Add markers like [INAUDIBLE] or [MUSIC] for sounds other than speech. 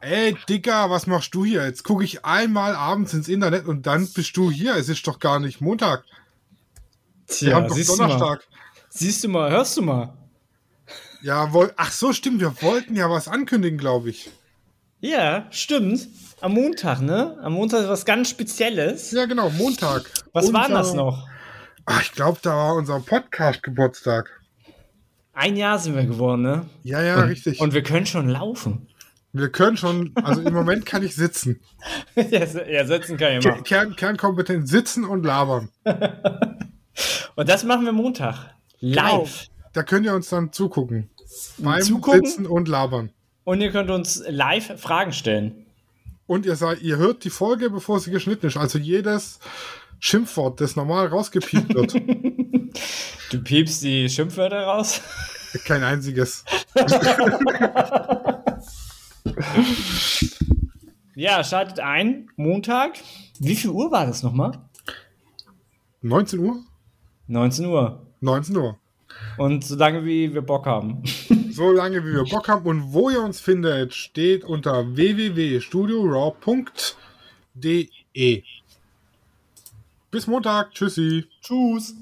Ey, Dicker, was machst du hier? Jetzt gucke ich einmal abends ins Internet und dann bist du hier. Es ist doch gar nicht Montag. Wir haben doch siehst Du mal. Donnerstag. Siehst du mal, hörst du mal. Ja, woll ach so, stimmt. Wir wollten ja was ankündigen, glaube ich. Ja, stimmt. Am Montag, ne? Am Montag ist was ganz Spezielles. Ja, genau, Montag. Was war Unser- denn das noch? Ach, ich glaube, da war unser Podcast-Geburtstag. Ein Jahr sind wir geworden, ne? Ja, ja, richtig. Und wir können schon laufen. wir können schon, also im Moment kann ich sitzen. [LAUGHS] ja, se- ja, setzen kann ich Ke- immer. Kern, Kernkompetenz sitzen und labern. [LAUGHS] Und das machen wir Montag. Live. Da könnt ihr uns dann zugucken. Beim Zugucken? Sitzen und Labern. Und ihr könnt uns live Fragen stellen. Und ihr seid, ihr hört die Folge, bevor sie geschnitten ist. Also jedes Schimpfwort, das normal rausgepiept wird. Du piepst die Schimpfwörter raus. [LAUGHS] Kein einziges. Ja, schaltet ein. Montag. Wie viel Uhr war das nochmal? 19 Uhr? 19 Uhr. 19 Uhr. Und solange wie wir Bock haben. So lange wie wir Bock haben und wo ihr uns findet, steht unter www.studioraw.de. Bis Montag. Tschüssi. Tschüss.